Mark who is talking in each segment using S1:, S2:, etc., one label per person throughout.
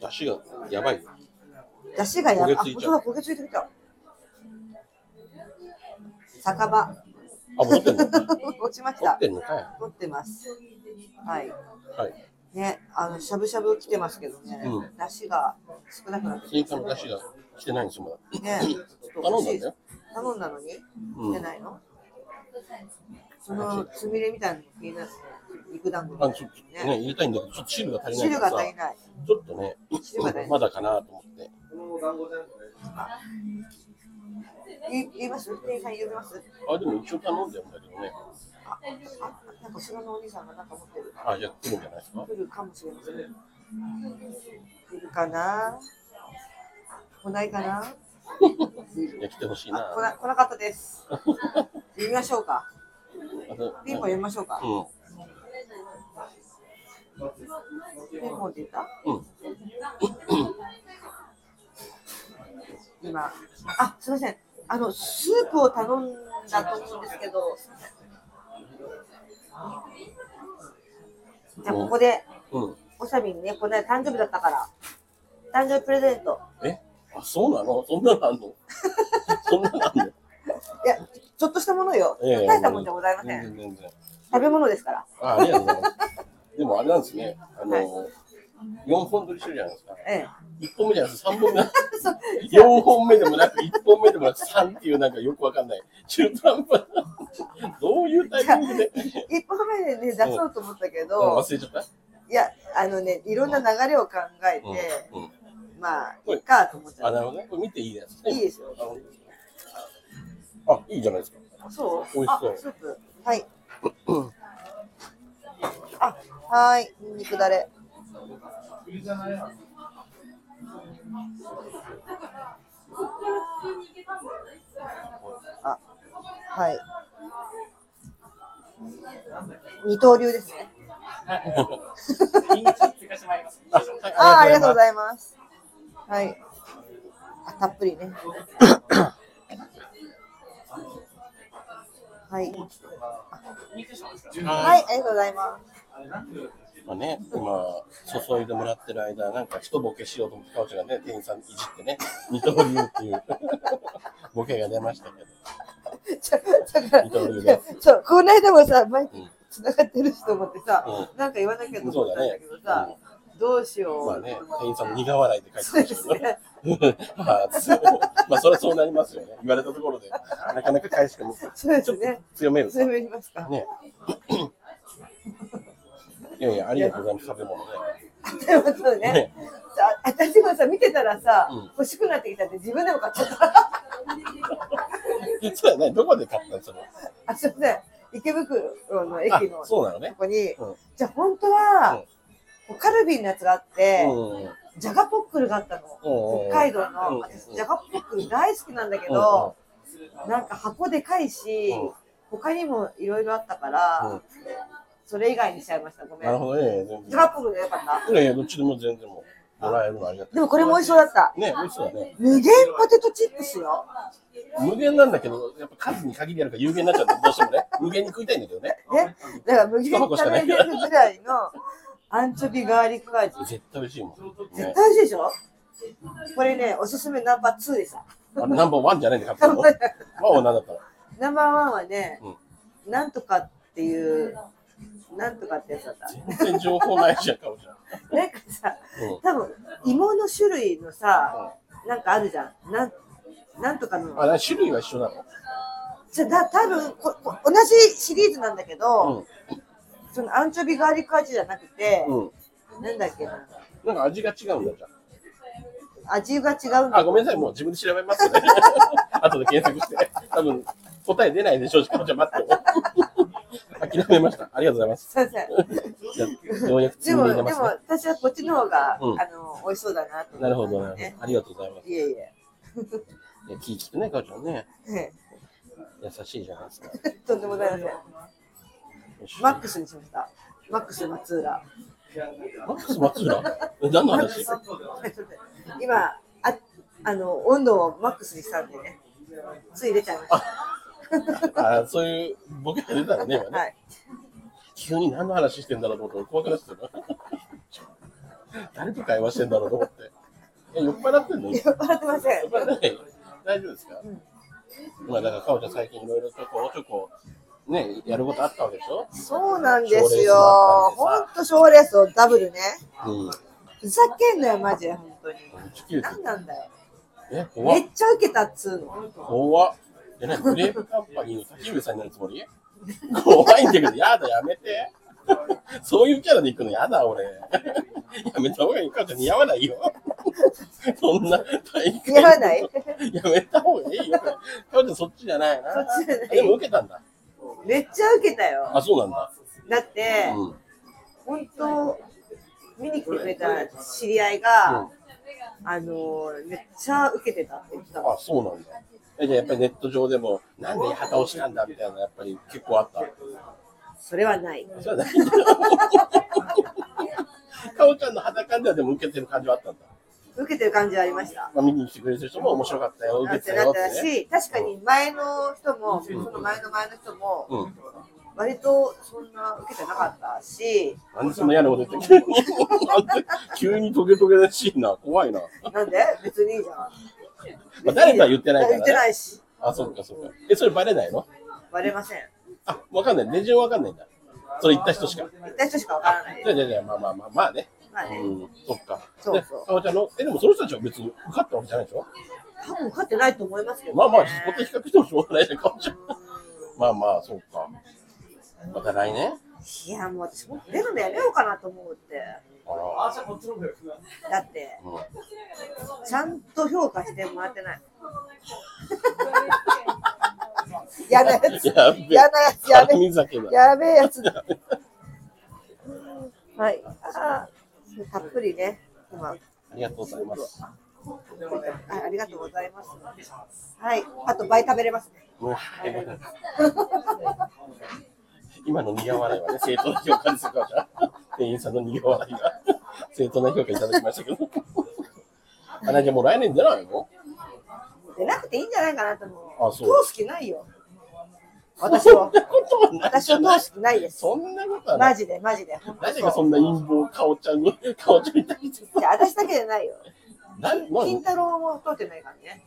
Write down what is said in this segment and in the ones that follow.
S1: 出汁がやばいよ。
S2: 出汁が
S1: 焦
S2: やば
S1: げついちゃう
S2: あ、本当だ、焦げついてきた。酒場。
S1: あ、持ってんの
S2: 落ちまし。
S1: 持ったてんのかい。
S2: 持ってます。はい。
S1: はい。
S2: ね、あの、しゃぶしゃぶ来てますけどね。
S1: うん
S2: 出汁が少なくなって
S1: 追加の出汁が来てないんですもん。
S2: ね。ちょっと
S1: 頼
S2: 欲
S1: んだ
S2: しい
S1: んだよ。
S2: 頼んだのに
S1: うん
S2: 出ないの、そのつみれみたいなの気になる肉団子みた
S1: あ
S2: い
S1: ちょっと
S2: な
S1: ね、入れたいんだけど、ちょっと汁が足りない
S2: 汁
S1: か
S2: が
S1: らさ
S2: 足り、ない。
S1: ちょっとね、
S2: 汁が足りない
S1: まだかなと思って。
S2: 言い言います店員さん呼びます
S1: あ、でも一応頼んでるんだけどね。
S2: あ、あ、なんか後ろのお兄さんがなんか持ってる。
S1: あ、やってるんじゃないですか。
S2: 来るかもしれません。来るかな来ないかない
S1: や、来てほしいな。
S2: あ来な来なかったです。呼びましょうか。
S1: あと
S2: ピンポン呼びましょうか。
S1: う
S2: ピンポンって言った
S1: ん。うん。
S2: 今。あ、すみません。あの、スープを頼んだと思うんですけど。すいませんじゃあ、ここで、
S1: うん。
S2: おさびにね、この間誕生日だったから。誕生日プレゼント。
S1: えあ、そうなのそんなのあん のそんなのあんの
S2: いや、ちょっとしたものよ。
S1: ええ
S2: 大したもんじゃございませ
S1: 全然
S2: ん。
S1: 全然。
S2: 食べ物ですから。
S1: あ、ありがとうございます。でもあれなんですね。あの、四本取りしてるじゃないですか。
S2: ええ。
S1: 一本目じゃなくて三本目な。
S2: そう
S1: 4本目でもなく、1本目でもなく、3っていうなんかよくわかんない。中途半端な。どういうタイミングで。
S2: 一歩目でね、出そうと思ったけ
S1: うん
S2: ど、
S1: 忘れちゃった
S2: いや、あのね、いろんな流れを考え
S1: うん
S2: て、
S1: うん。
S2: まあ、いいかと思っちゃ
S1: あ、
S2: っ
S1: なるほどね。これ見ていいやつ
S2: た。
S1: ね。
S2: いいですよ。
S1: あ、いいじゃないですか。
S2: そ
S1: 美
S2: う。
S1: 味しそう
S2: あ、スープ。はい。あ、はーい。ニンニクだれ。あ、はい。二刀流ですね。
S1: あはい
S2: あ、ありがとうご
S1: い
S2: ざいます。はい。あ、たっぷりね。 はい。
S1: ます。
S2: はい、ありがとうございます。
S1: まあね、今、注いでもらってる間、なんか一ボケしようと思って、かおちゃんがね、店員さんいじってね、二刀流って いうボケが出ましたけど。
S2: ちょだから
S1: 二刀流で
S2: そう、この間もさ、マイク
S1: うん
S2: つながってるしと思ってさ、
S1: う
S2: なんか言わなきゃと
S1: そ
S2: 思
S1: う
S2: っ
S1: だ
S2: たん
S1: ね
S2: だけど。
S1: うん
S2: さ、どうしよう。
S1: まあね、店員さんも苦笑いって
S2: そ
S1: 書
S2: う
S1: いて
S2: で
S1: まし
S2: す
S1: たけどね。
S2: ね。
S1: まあ、そうまあ、それはそうなりますよね。言われたところで、なかなか返しても
S2: そうですね。
S1: 強める
S2: そ。れも言いますか。
S1: ね。 いやいや、ありがとうございます、食べ物ね。
S2: ということでね。
S1: ね
S2: さ私もさ、見てたらさ
S1: うん、
S2: 欲しくなってきたって自分でも買っちゃった。
S1: 実はね、どこで買ったんその。
S2: あ、すいません。池袋の駅の
S1: あ、そうなのね
S2: こ。こに
S1: うん、
S2: じゃあ本当は、カルビーのやつがあって、
S1: うん。
S2: ジャガポックルがあった
S1: うん
S2: の。北海道の、
S1: うん
S2: 私、ジャガポックル大好きなんだけど、なんか箱でかいし、
S1: うん
S2: 他にもいろいろあったから、
S1: うん
S2: それ以外にしちゃいました。ごめ
S1: なる
S2: ん。
S1: ほどね。全
S2: ジャガ
S1: 然
S2: ポックルでよかった。
S1: いやいや、どっちでも全然もう、もらえるのありがた
S2: でもこれも美味しそうだった。
S1: い。ね、美味しそうだね。
S2: 無限ポテトチップスよ。
S1: 無限なんだけど、やっぱ数に限りあるから有限になっちゃって、どうしてもね。無限に食いたいんだけどね。
S2: ね。だから無限食べれるぐらいのアンチョビガーリック味。
S1: 絶対美味しいもん。
S2: 絶
S1: ね、
S2: 対美味しいでしょこれね、おすすめナンバー2でした。
S1: あれナンバーワンじゃないんで買ったのワンは何だったの
S2: ナンバーワンはね、なんとかっていう、なんとかってやつだった。
S1: 全然情報ないじゃん、かおちゃん。
S2: なんかさ、
S1: うん
S2: 多分芋の種類のさ、なんかあるじゃん。なんなんとかの。
S1: あれ、種類は一緒なの
S2: じゃだ多分ここ同じシリーズなんだけど、そのアンチョビガーリック味じゃなくて、
S1: うん。うん。
S2: なんだっけな、
S1: なんか味が違うんだじゃん。
S2: 味が違うんだ
S1: あ、ごめんなさい、もう自分で調べますよね。 後で検索して。多分、答え出ないでしょうし、かおちゃん待って も。諦めました。ありがとうございます。
S2: すいません。
S1: じゃあようやく
S2: で
S1: 積ん
S2: も、
S1: で
S2: で
S1: 出
S2: も
S1: ますね。
S2: 私はこっちの方が、
S1: うん
S2: あの美味しそうだなと思って、
S1: なるほど、なるほ
S2: ね。
S1: ど。ありがとうございます。
S2: いえいえ。
S1: いや気ぃ利くね、かおちゃんね。
S2: ね
S1: 優しいじゃないですか。
S2: とんでもございません。
S1: よし
S2: マックスにしました。マックス松浦。
S1: マックス松浦え何の話
S2: 今ああの温度をマックスにしたんでねつい出ちゃいました
S1: あそういうボケが出たらね、今ね
S2: はい
S1: 急に何の話してんだろうと思って俺怖くなってたよ 誰と会話してんだろうと思って。え、酔っ払ってんの今
S2: 酔っ払ってません
S1: 酔っ。払ってない大丈夫ですか、
S2: うん
S1: まあ、だから、かおちゃん最近いろいろとこう、ちょこ、ね、やることあったわけでしょ
S2: そうなんです
S1: 賞レースもあ
S2: よ
S1: っ。たん
S2: ほ
S1: で
S2: んと賞レースをダブルね。
S1: うん。
S2: ふざけんなよ、マジで、本当に。
S1: 地球
S2: なんなんだよ。
S1: え、怖
S2: め
S1: っ
S2: っ。ちゃ受けたっつうの。
S1: 怖っ。え、なに、グレープカンパニーの滝上さんになるつもり怖いんだけど、やだ、やめて。そういうキャラで行くのやだ、俺。やめた方がいいかおちゃん似合わないよ。そんな大会
S2: 似合わない
S1: やめた方がいいよ。かおちゃんそっちじゃないな。
S2: そっちじゃない
S1: でも受けたんだ。
S2: めっちゃ受けたよ。
S1: あ、そうなんだ。
S2: だって、
S1: うん。
S2: 本当見に来てくれた知り合いが、あのーめっちゃ受けてたって言ってた
S1: あ、そうなんだ。えじゃあやっぱりネット上でも、なんで旗をしたんだみたいな、やっぱり結構あった。
S2: それはない
S1: それはないんだ。かおちゃんの裸ではでも受けてる感じはあったんだ。
S2: 受けてる感じはありました
S1: まあ、見に来てくれてる人も面白かったよ、受
S2: な
S1: け
S2: ってて
S1: た
S2: な
S1: よ
S2: っ
S1: って
S2: た
S1: ね。
S2: し確かに前の人もその前の前の人も
S1: うん。
S2: 割とそんな受けてなかったし
S1: なんでそんな嫌なこと言って急に なんで急にトゲトゲらしいな、怖いな。
S2: なんで別にいいじゃん
S1: まあ、誰とは言ってないから、
S2: 言って
S1: ね。
S2: ないし
S1: あ、そっかそっか。え、それバレないの
S2: 割れません
S1: あ、わかんない。手順わかんないんだ。それ言った人しか。
S2: 言った人しかわからない
S1: じゃあじゃあじゃあまあまあまあまあね。
S2: まあね
S1: うん、そっか。
S2: そうそう
S1: でかおちゃんの、え、でもその人たちは別に受かったわけじゃないでしょ
S2: 多分受かってないと思いますけど、ね、
S1: まあまあ、そこで比較してもしょうがないじゃん、かお ちゃん。
S2: う
S1: まあまあ、そうか。また来年
S2: んいやもう私も出るのやめようかなと思うって
S1: あら。
S3: あ、じゃあこっちの方がよくない
S2: だって
S1: うん
S2: ちゃんと評価してもらって ない。嫌なやつ。
S1: やっべ
S2: 嫌なやつ。やべ
S1: 神酒だ。
S2: やべえや つだ。はい。あーたっぷりね。今あ
S1: ありがとうございます。
S2: ありがとうございます。はい。あと倍食べれますね。
S1: もう今の苦笑いはね、正当な評価ですよ、かおちゃん。店員さんの苦笑いが。正当な評価いただきましたけど。あ、なんかもう来年出ないの
S2: 出なくていいんじゃないかなと思う。
S1: あそう
S2: 通す気ないよ。私
S1: そ
S2: を
S1: ん。なことはない
S2: 私を通す気ないです。
S1: そんなことはな
S2: マ
S1: い。
S2: ジで、マジで。本当
S1: 誰が
S2: そ
S1: そんな陰謀、かおちゃんに、かおちゃんに対して。
S2: ういや私だけじ ゃないよ。
S1: なん、なん
S2: 金太郎も通ってないからね。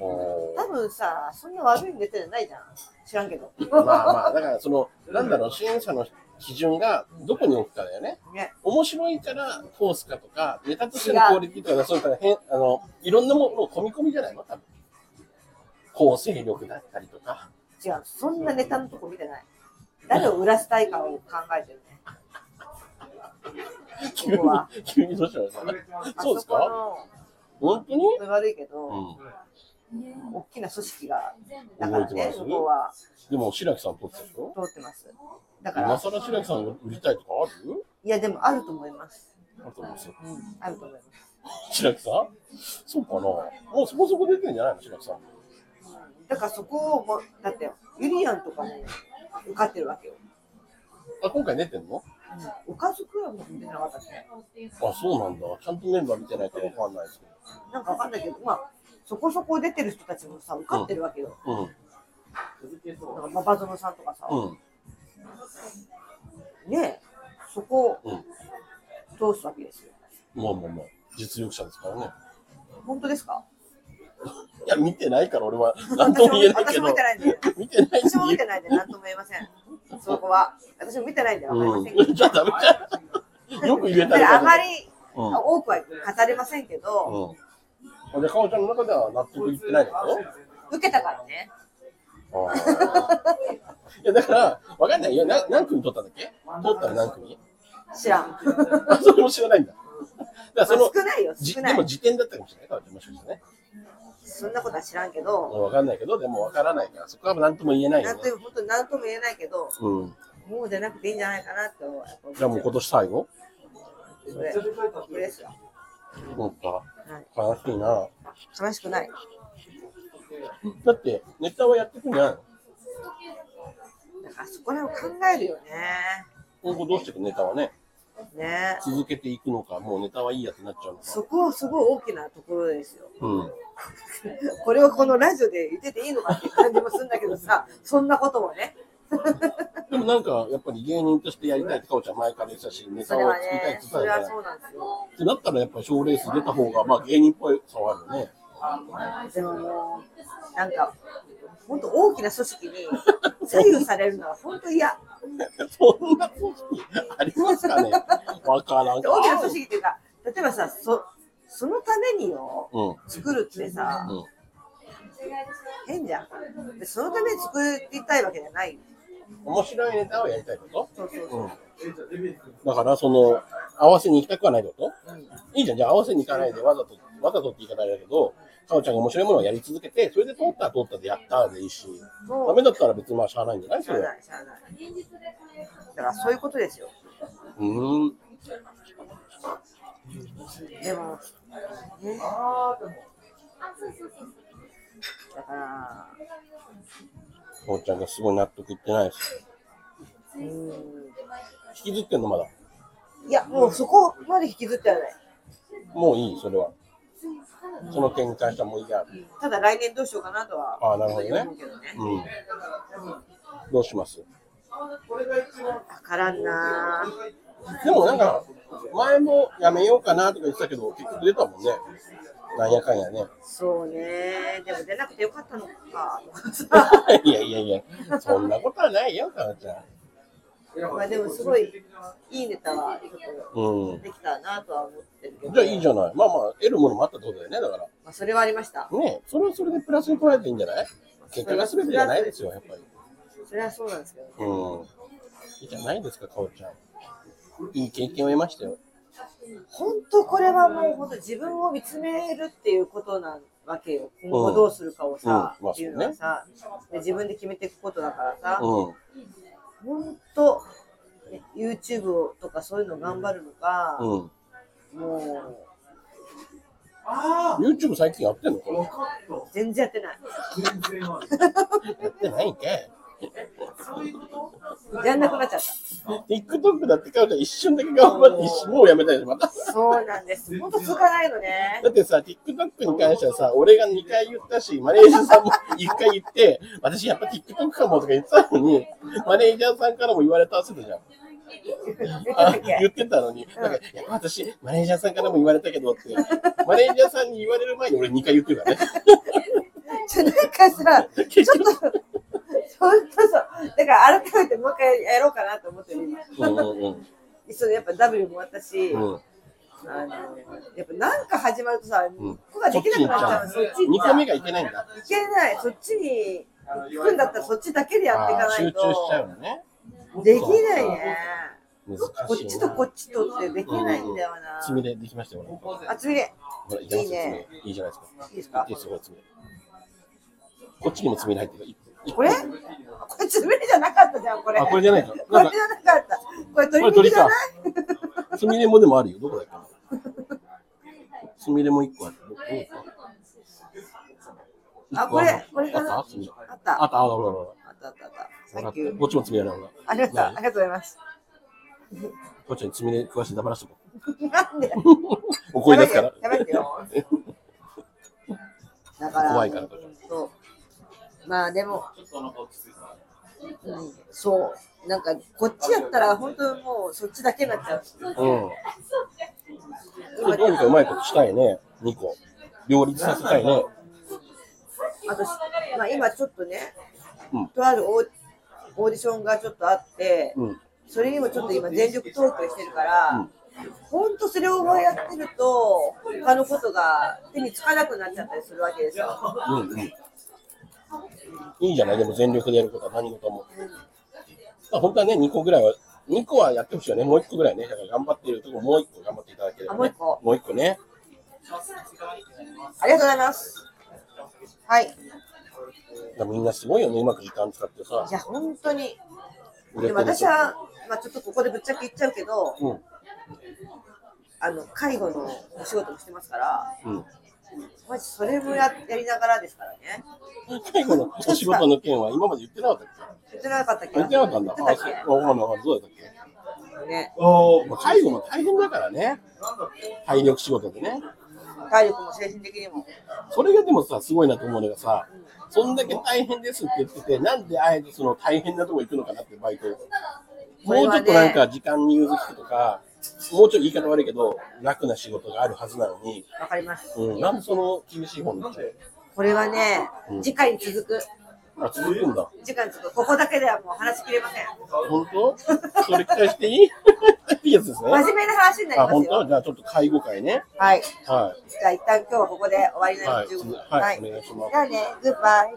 S1: おー
S2: 多分さ、そんな悪いネタじゃないじゃん。知らんけど。
S1: まあまあ、だからその、なんだろう、審査の基準がどこに置くかだよね。
S2: ね、
S1: 面白いからフォースかとか、ネタとしてのクオリティとか、そういうから変、あの、いろんなものを込み込みじゃないの多分。構成力だったりとか。
S2: 違う。そんなネタのとこ見てない。誰を売らせたいかを考えてるね。
S1: 急に
S2: こは、
S1: 急にどうしました
S2: あ
S1: そうです
S2: そこ
S1: か本当に
S2: の悪いけど、
S1: うん。
S2: 大きな組織が、だか
S1: 動
S2: ら
S1: いてま
S2: ね、
S1: す
S2: 向こうは
S1: でも、白木さん撮ってたでしょ
S2: 通ってます。だか
S1: 今
S2: ら、
S1: 更白木さんを売りたいとかある
S2: いや、でもあると思います。
S1: あると思うんですよ。
S2: うん、あると思います。
S1: 白木さんそうかなもうそこそこ出てんじゃないの白木さん。
S2: だからそこをも、だって、ユリアンとかも受かってるわけよ。
S1: あ、今回出てんの
S2: おかずくらいも出てなかったっけ
S1: あ、そうなんだ。ちゃんとメンバー見てないからわかんないですけ
S2: なんかわかんないけど、まあ、そこそこ出てる人たちもさ、受かってるわけよ。
S1: ど。うん。
S2: なんか、馬場園さんとかさ、
S1: うん。
S2: ねえ、そこ
S1: うん
S2: を通すわけですよ。
S1: まあまあまあ、実力者ですからね。
S2: 本当ですか
S1: いや、見てないから俺は何とも言えないけ
S2: 私も
S1: ど
S2: 見て。ないんで。
S1: 見てない
S2: 私も見
S1: って
S2: ないんで、なんとも言えません。そこは。私も見てないんで、わかりません
S1: 言
S2: け
S1: う。
S2: ど
S1: うん。じゃあダメじゃん。よく言え
S2: だか
S1: たね
S2: らあまり
S1: うん。うん。
S2: 多くは語れませんけど、
S1: あじゃあ、かおちゃんの中では納得いってないでし
S2: 受けたからね。
S1: ょあーいや、だから、わかんないよ。な何組取ったんだっけ取ったら何組
S2: 知らん。
S1: あ、それも知らないんだ。だからそ
S2: まあ
S1: の、
S2: 少ないよ、
S1: じ
S2: 少
S1: で
S2: な
S1: も
S2: い。
S1: 時点だったかもしれないかおちゃんもしかしてね。
S2: そんなことは知らんけど、
S1: わかんないけど、でもわからないから、そこは何とも言えない
S2: な
S1: よ
S2: ん
S1: ね
S2: と。いう、本当になんとも言えないけど、
S1: うん。
S2: もうじゃなくていいんじゃないかなと。やっぱ思っち
S1: じゃあもう今年最後
S2: それ、これですよ。
S1: そっか
S2: はい。
S1: 悲しいな。
S2: 悲しくない。
S1: だって、ネタはやってくんじゃないの
S2: だからそこら辺を考えるよね。
S1: 今後どうしていくネタはね、
S2: ね
S1: 続けていくのか、もうネタはいいやってなっちゃうのか。
S2: そこはすごい大きなところですよ。
S1: うん。
S2: これをこのラジオで言ってていいのかっていう感じもするんだけどさ、そんなこともね。
S1: でもなんか、やっぱり芸人としてやりたいって、かおちゃん前から言ってたし、ネ
S2: そ
S1: タ
S2: れ
S1: を
S2: は
S1: 作りたいって言
S2: ね
S1: ってた
S2: そ
S1: よ
S2: れは
S1: ね。
S2: そうなんですよ
S1: ってなったら、やっぱり賞レース出た方が、まあ芸人っぽいさはあるよね。
S2: でももうなんか本当大きな組 織に左右されるのは本当嫌
S1: そんな組織ありますかねわからん
S2: 大きな組織っていうか例えばさそそのためによ
S1: うん。
S2: 作るってさ
S1: うん。
S2: 変じゃんでそのために作りたいわけじゃない
S1: 面白いネタをやりたいこと
S2: そうそうそう
S1: うん。だから、その、合わせに行きたくはないってこと、
S2: うん
S1: いいじゃん。じゃあ合わせに行かないで、わざと、わざとって言い方あれだけど、かおちゃんが面白いものをやり続けて、それで通ったら通ったでやったでいいし、
S2: も
S1: ダメだったら別にまあしゃあないんじゃない
S2: し
S1: そ
S2: ゃあ
S1: れは。
S2: ないしゃあないだからそういうことですよ
S1: うーん。
S2: でも、ね、だから
S1: かおちゃんがすごい納得いってないです。
S2: うん
S1: 引きずってんのまだ。
S2: いやもうそこまで引きずってはない
S1: もういい、それは。その点に関してはもういいや。
S2: ただ来年どうしようかなとは
S1: あーなるほどね
S2: 思うけどね
S1: うん。どうします
S2: わからんなぁ
S1: でもなんか、前もやめようかなとか言ってたけど、結局出たもんね。なんやかんやね。
S2: そうねでも出なくてよかったのか
S1: いやいやいや、そんなことはないよ、かなちゃん。
S2: まあでもすごいいいネタはちょっ
S1: う
S2: とできたなとは思ってるけど
S1: ん。じゃあいいじゃない。まあまあ、得るものもあったってことだよね、だか
S2: まあ、それはありました
S1: ら。ねそれはそれでプラスに捉えていいんじゃない結果が全てじゃないですよ、やっぱり。
S2: それはそうなんですけど
S1: うん。いいじゃないですか、かおちゃん。いい経験を得ましたよ。
S2: 本当これはもう本当自分を見つめるっていうことなわけよ今後どうするかをさ、
S1: うんうん
S2: っていうのはさ、で自分で決めていくことだからさ、
S1: うん。
S2: 本当ね YouTube とかそういうの頑張るのか、
S1: うん。
S2: も
S1: YouTube 最近やってんのかな
S2: う全然やってない
S1: やってないんかい。
S2: やんなくなっちゃった
S1: TikTok だってかおちゃん一瞬だけ頑張って一瞬、もうやめたいし、また。
S2: そうなんです本当続かないのね
S1: だってさ、TikTok に関してはさ、俺が2回言ったし、マネージャーさんも 1回言って、私やっぱ TikTok かもとか言ってたのに、マネージャーさんからも言われたせたじゃん。
S2: 言ってた
S1: あ
S2: っけ
S1: 言ってたのに、なんか、いや、私、マネージャーさんからも言われたけどって、マネージャーさんに言われる前に俺2回言ってるからね。
S2: じゃなんかさちょっと本当そうだから改めてもう一回やろうかなと思ってる今
S1: うんうん
S2: そのやっぱ W も終わったし、
S1: うん。うん
S2: あのやっぱなんか始まるとさ、
S1: うん
S2: ここができなくなっちゃうのそっち行
S1: 2
S2: っちゃ
S1: 個
S2: う
S1: 目
S2: い
S1: がいけないんだ。
S2: けないそっちに行くんだったらそっちだけでやっていか
S1: あー
S2: な
S1: 集
S2: い
S1: 中しちゃう
S2: と
S1: のね。
S2: できないねこ
S1: 難
S2: っ
S1: しいな。
S2: ちとこっちとってできないんだよな、
S1: つみれできましたよ、俺。
S2: あつみれ
S1: ほら、いけますよ、
S2: いいね
S1: つみれいいじゃないですか。
S2: いいですか
S1: いいすごいつみれ。こっちにもつみれ入ってる。い
S2: これあこれつみれじゃなかったじゃんこれ
S1: あ、これじゃないか。
S2: こ
S1: なん
S2: れ
S1: か
S2: じゃなかったこれ
S1: これ
S2: 鶏
S1: 鳥
S2: 肉じゃ
S1: か
S2: ない。
S1: つみれもでもあるよ。どこだっけな。つみれも一個ある。どどうか
S2: あこれこ
S1: あ
S2: れか
S1: った
S2: なあ
S1: あ
S2: っ
S1: つみれあった
S2: あっ
S1: あ
S2: た
S1: ったあほらほらほ
S2: あった
S1: ら
S2: サ
S1: わ
S2: ン
S1: か
S2: キ
S1: っ
S2: ュ
S1: た
S2: ー
S1: こっちもつみれあるほら。
S2: ありがとう
S1: な
S2: ありがとうございます
S1: こっちにつみれ詳しい黙らしとこ
S2: なんで
S1: う。お声出すから。
S2: やめてよ。やめてよだから、
S1: 怖いから
S2: そうまあでも、うん、そう、なんかこっちやったら本当にもうそっちだけになっちゃう。
S1: うん。これどうにかうまいことしたいね。二個。両立させたいね。
S2: あと、まあ、今ちょっとね、
S1: うん
S2: とあるオーオーディションがちょっとあって、
S1: うん。
S2: それにもちょっと今全力投球してるから、
S1: うん
S2: 本当それをやってると他のことが手につかなくなっちゃったりするわけですよ。
S1: うんうん。いいじゃない、でも全力でやることは何事も。まあ、本当はね、2個ぐらいは、2個はやってほしいよね、もう1個ぐらいね。だから頑張ってるとこもう1個頑張っていただければ、ね。
S2: あもう一個
S1: もう一個ね。
S2: ありがとうございます。はい。
S1: だからみんなすごいよね、うまく時間使ってさ
S2: い。や、本当に。
S1: 売れ
S2: で
S1: て
S2: も
S1: る
S2: 私は、まあ、ちょっとここでぶっちゃけ言っちゃうけど、
S1: 人
S2: あの介護のお仕事もしてますから、
S1: うん。うん。
S2: まじそれもややりながらですからね。
S1: 最後のお仕事の件は今まで言ってなかったっけ
S2: 言ってなかったっけ
S1: 言ってなかったんだ。
S2: 言ってたっ
S1: あ、そうわかんないわかんない。どうだったっ
S2: けね。
S1: けまあ介護も大変だからね。体力仕事でね。
S2: 大体力も精神的にも。
S1: それがでもさ、すごいなと思うのがさ、そんだけ大変ですって言ってて、なんであえてその大変なとこ行くのかなって、バイト。もうちょっとなんか時間に融通きくとか、もうちょっと言い方悪いけど、楽な仕事があるはずなのに、
S2: わかります。
S1: うん、なんでその厳しい本に行っちゃう
S2: これはね
S1: う、ん
S2: 次回に続く。
S1: あ、続くんだ。
S2: 次回に続く。ここだけではもう話しきれません。
S1: 本当それ期待していい ってやつですね。
S2: 真面目な話になり
S1: あ、
S2: ま
S1: 本
S2: すよ
S1: 当。じゃあちょっと介護会ね。
S2: はい。
S1: はい。
S2: じゃあ一旦今日はここで終わりな
S1: は
S2: の
S1: い
S2: で15分。
S1: はいお願いします
S2: じゃあね、グッバイ。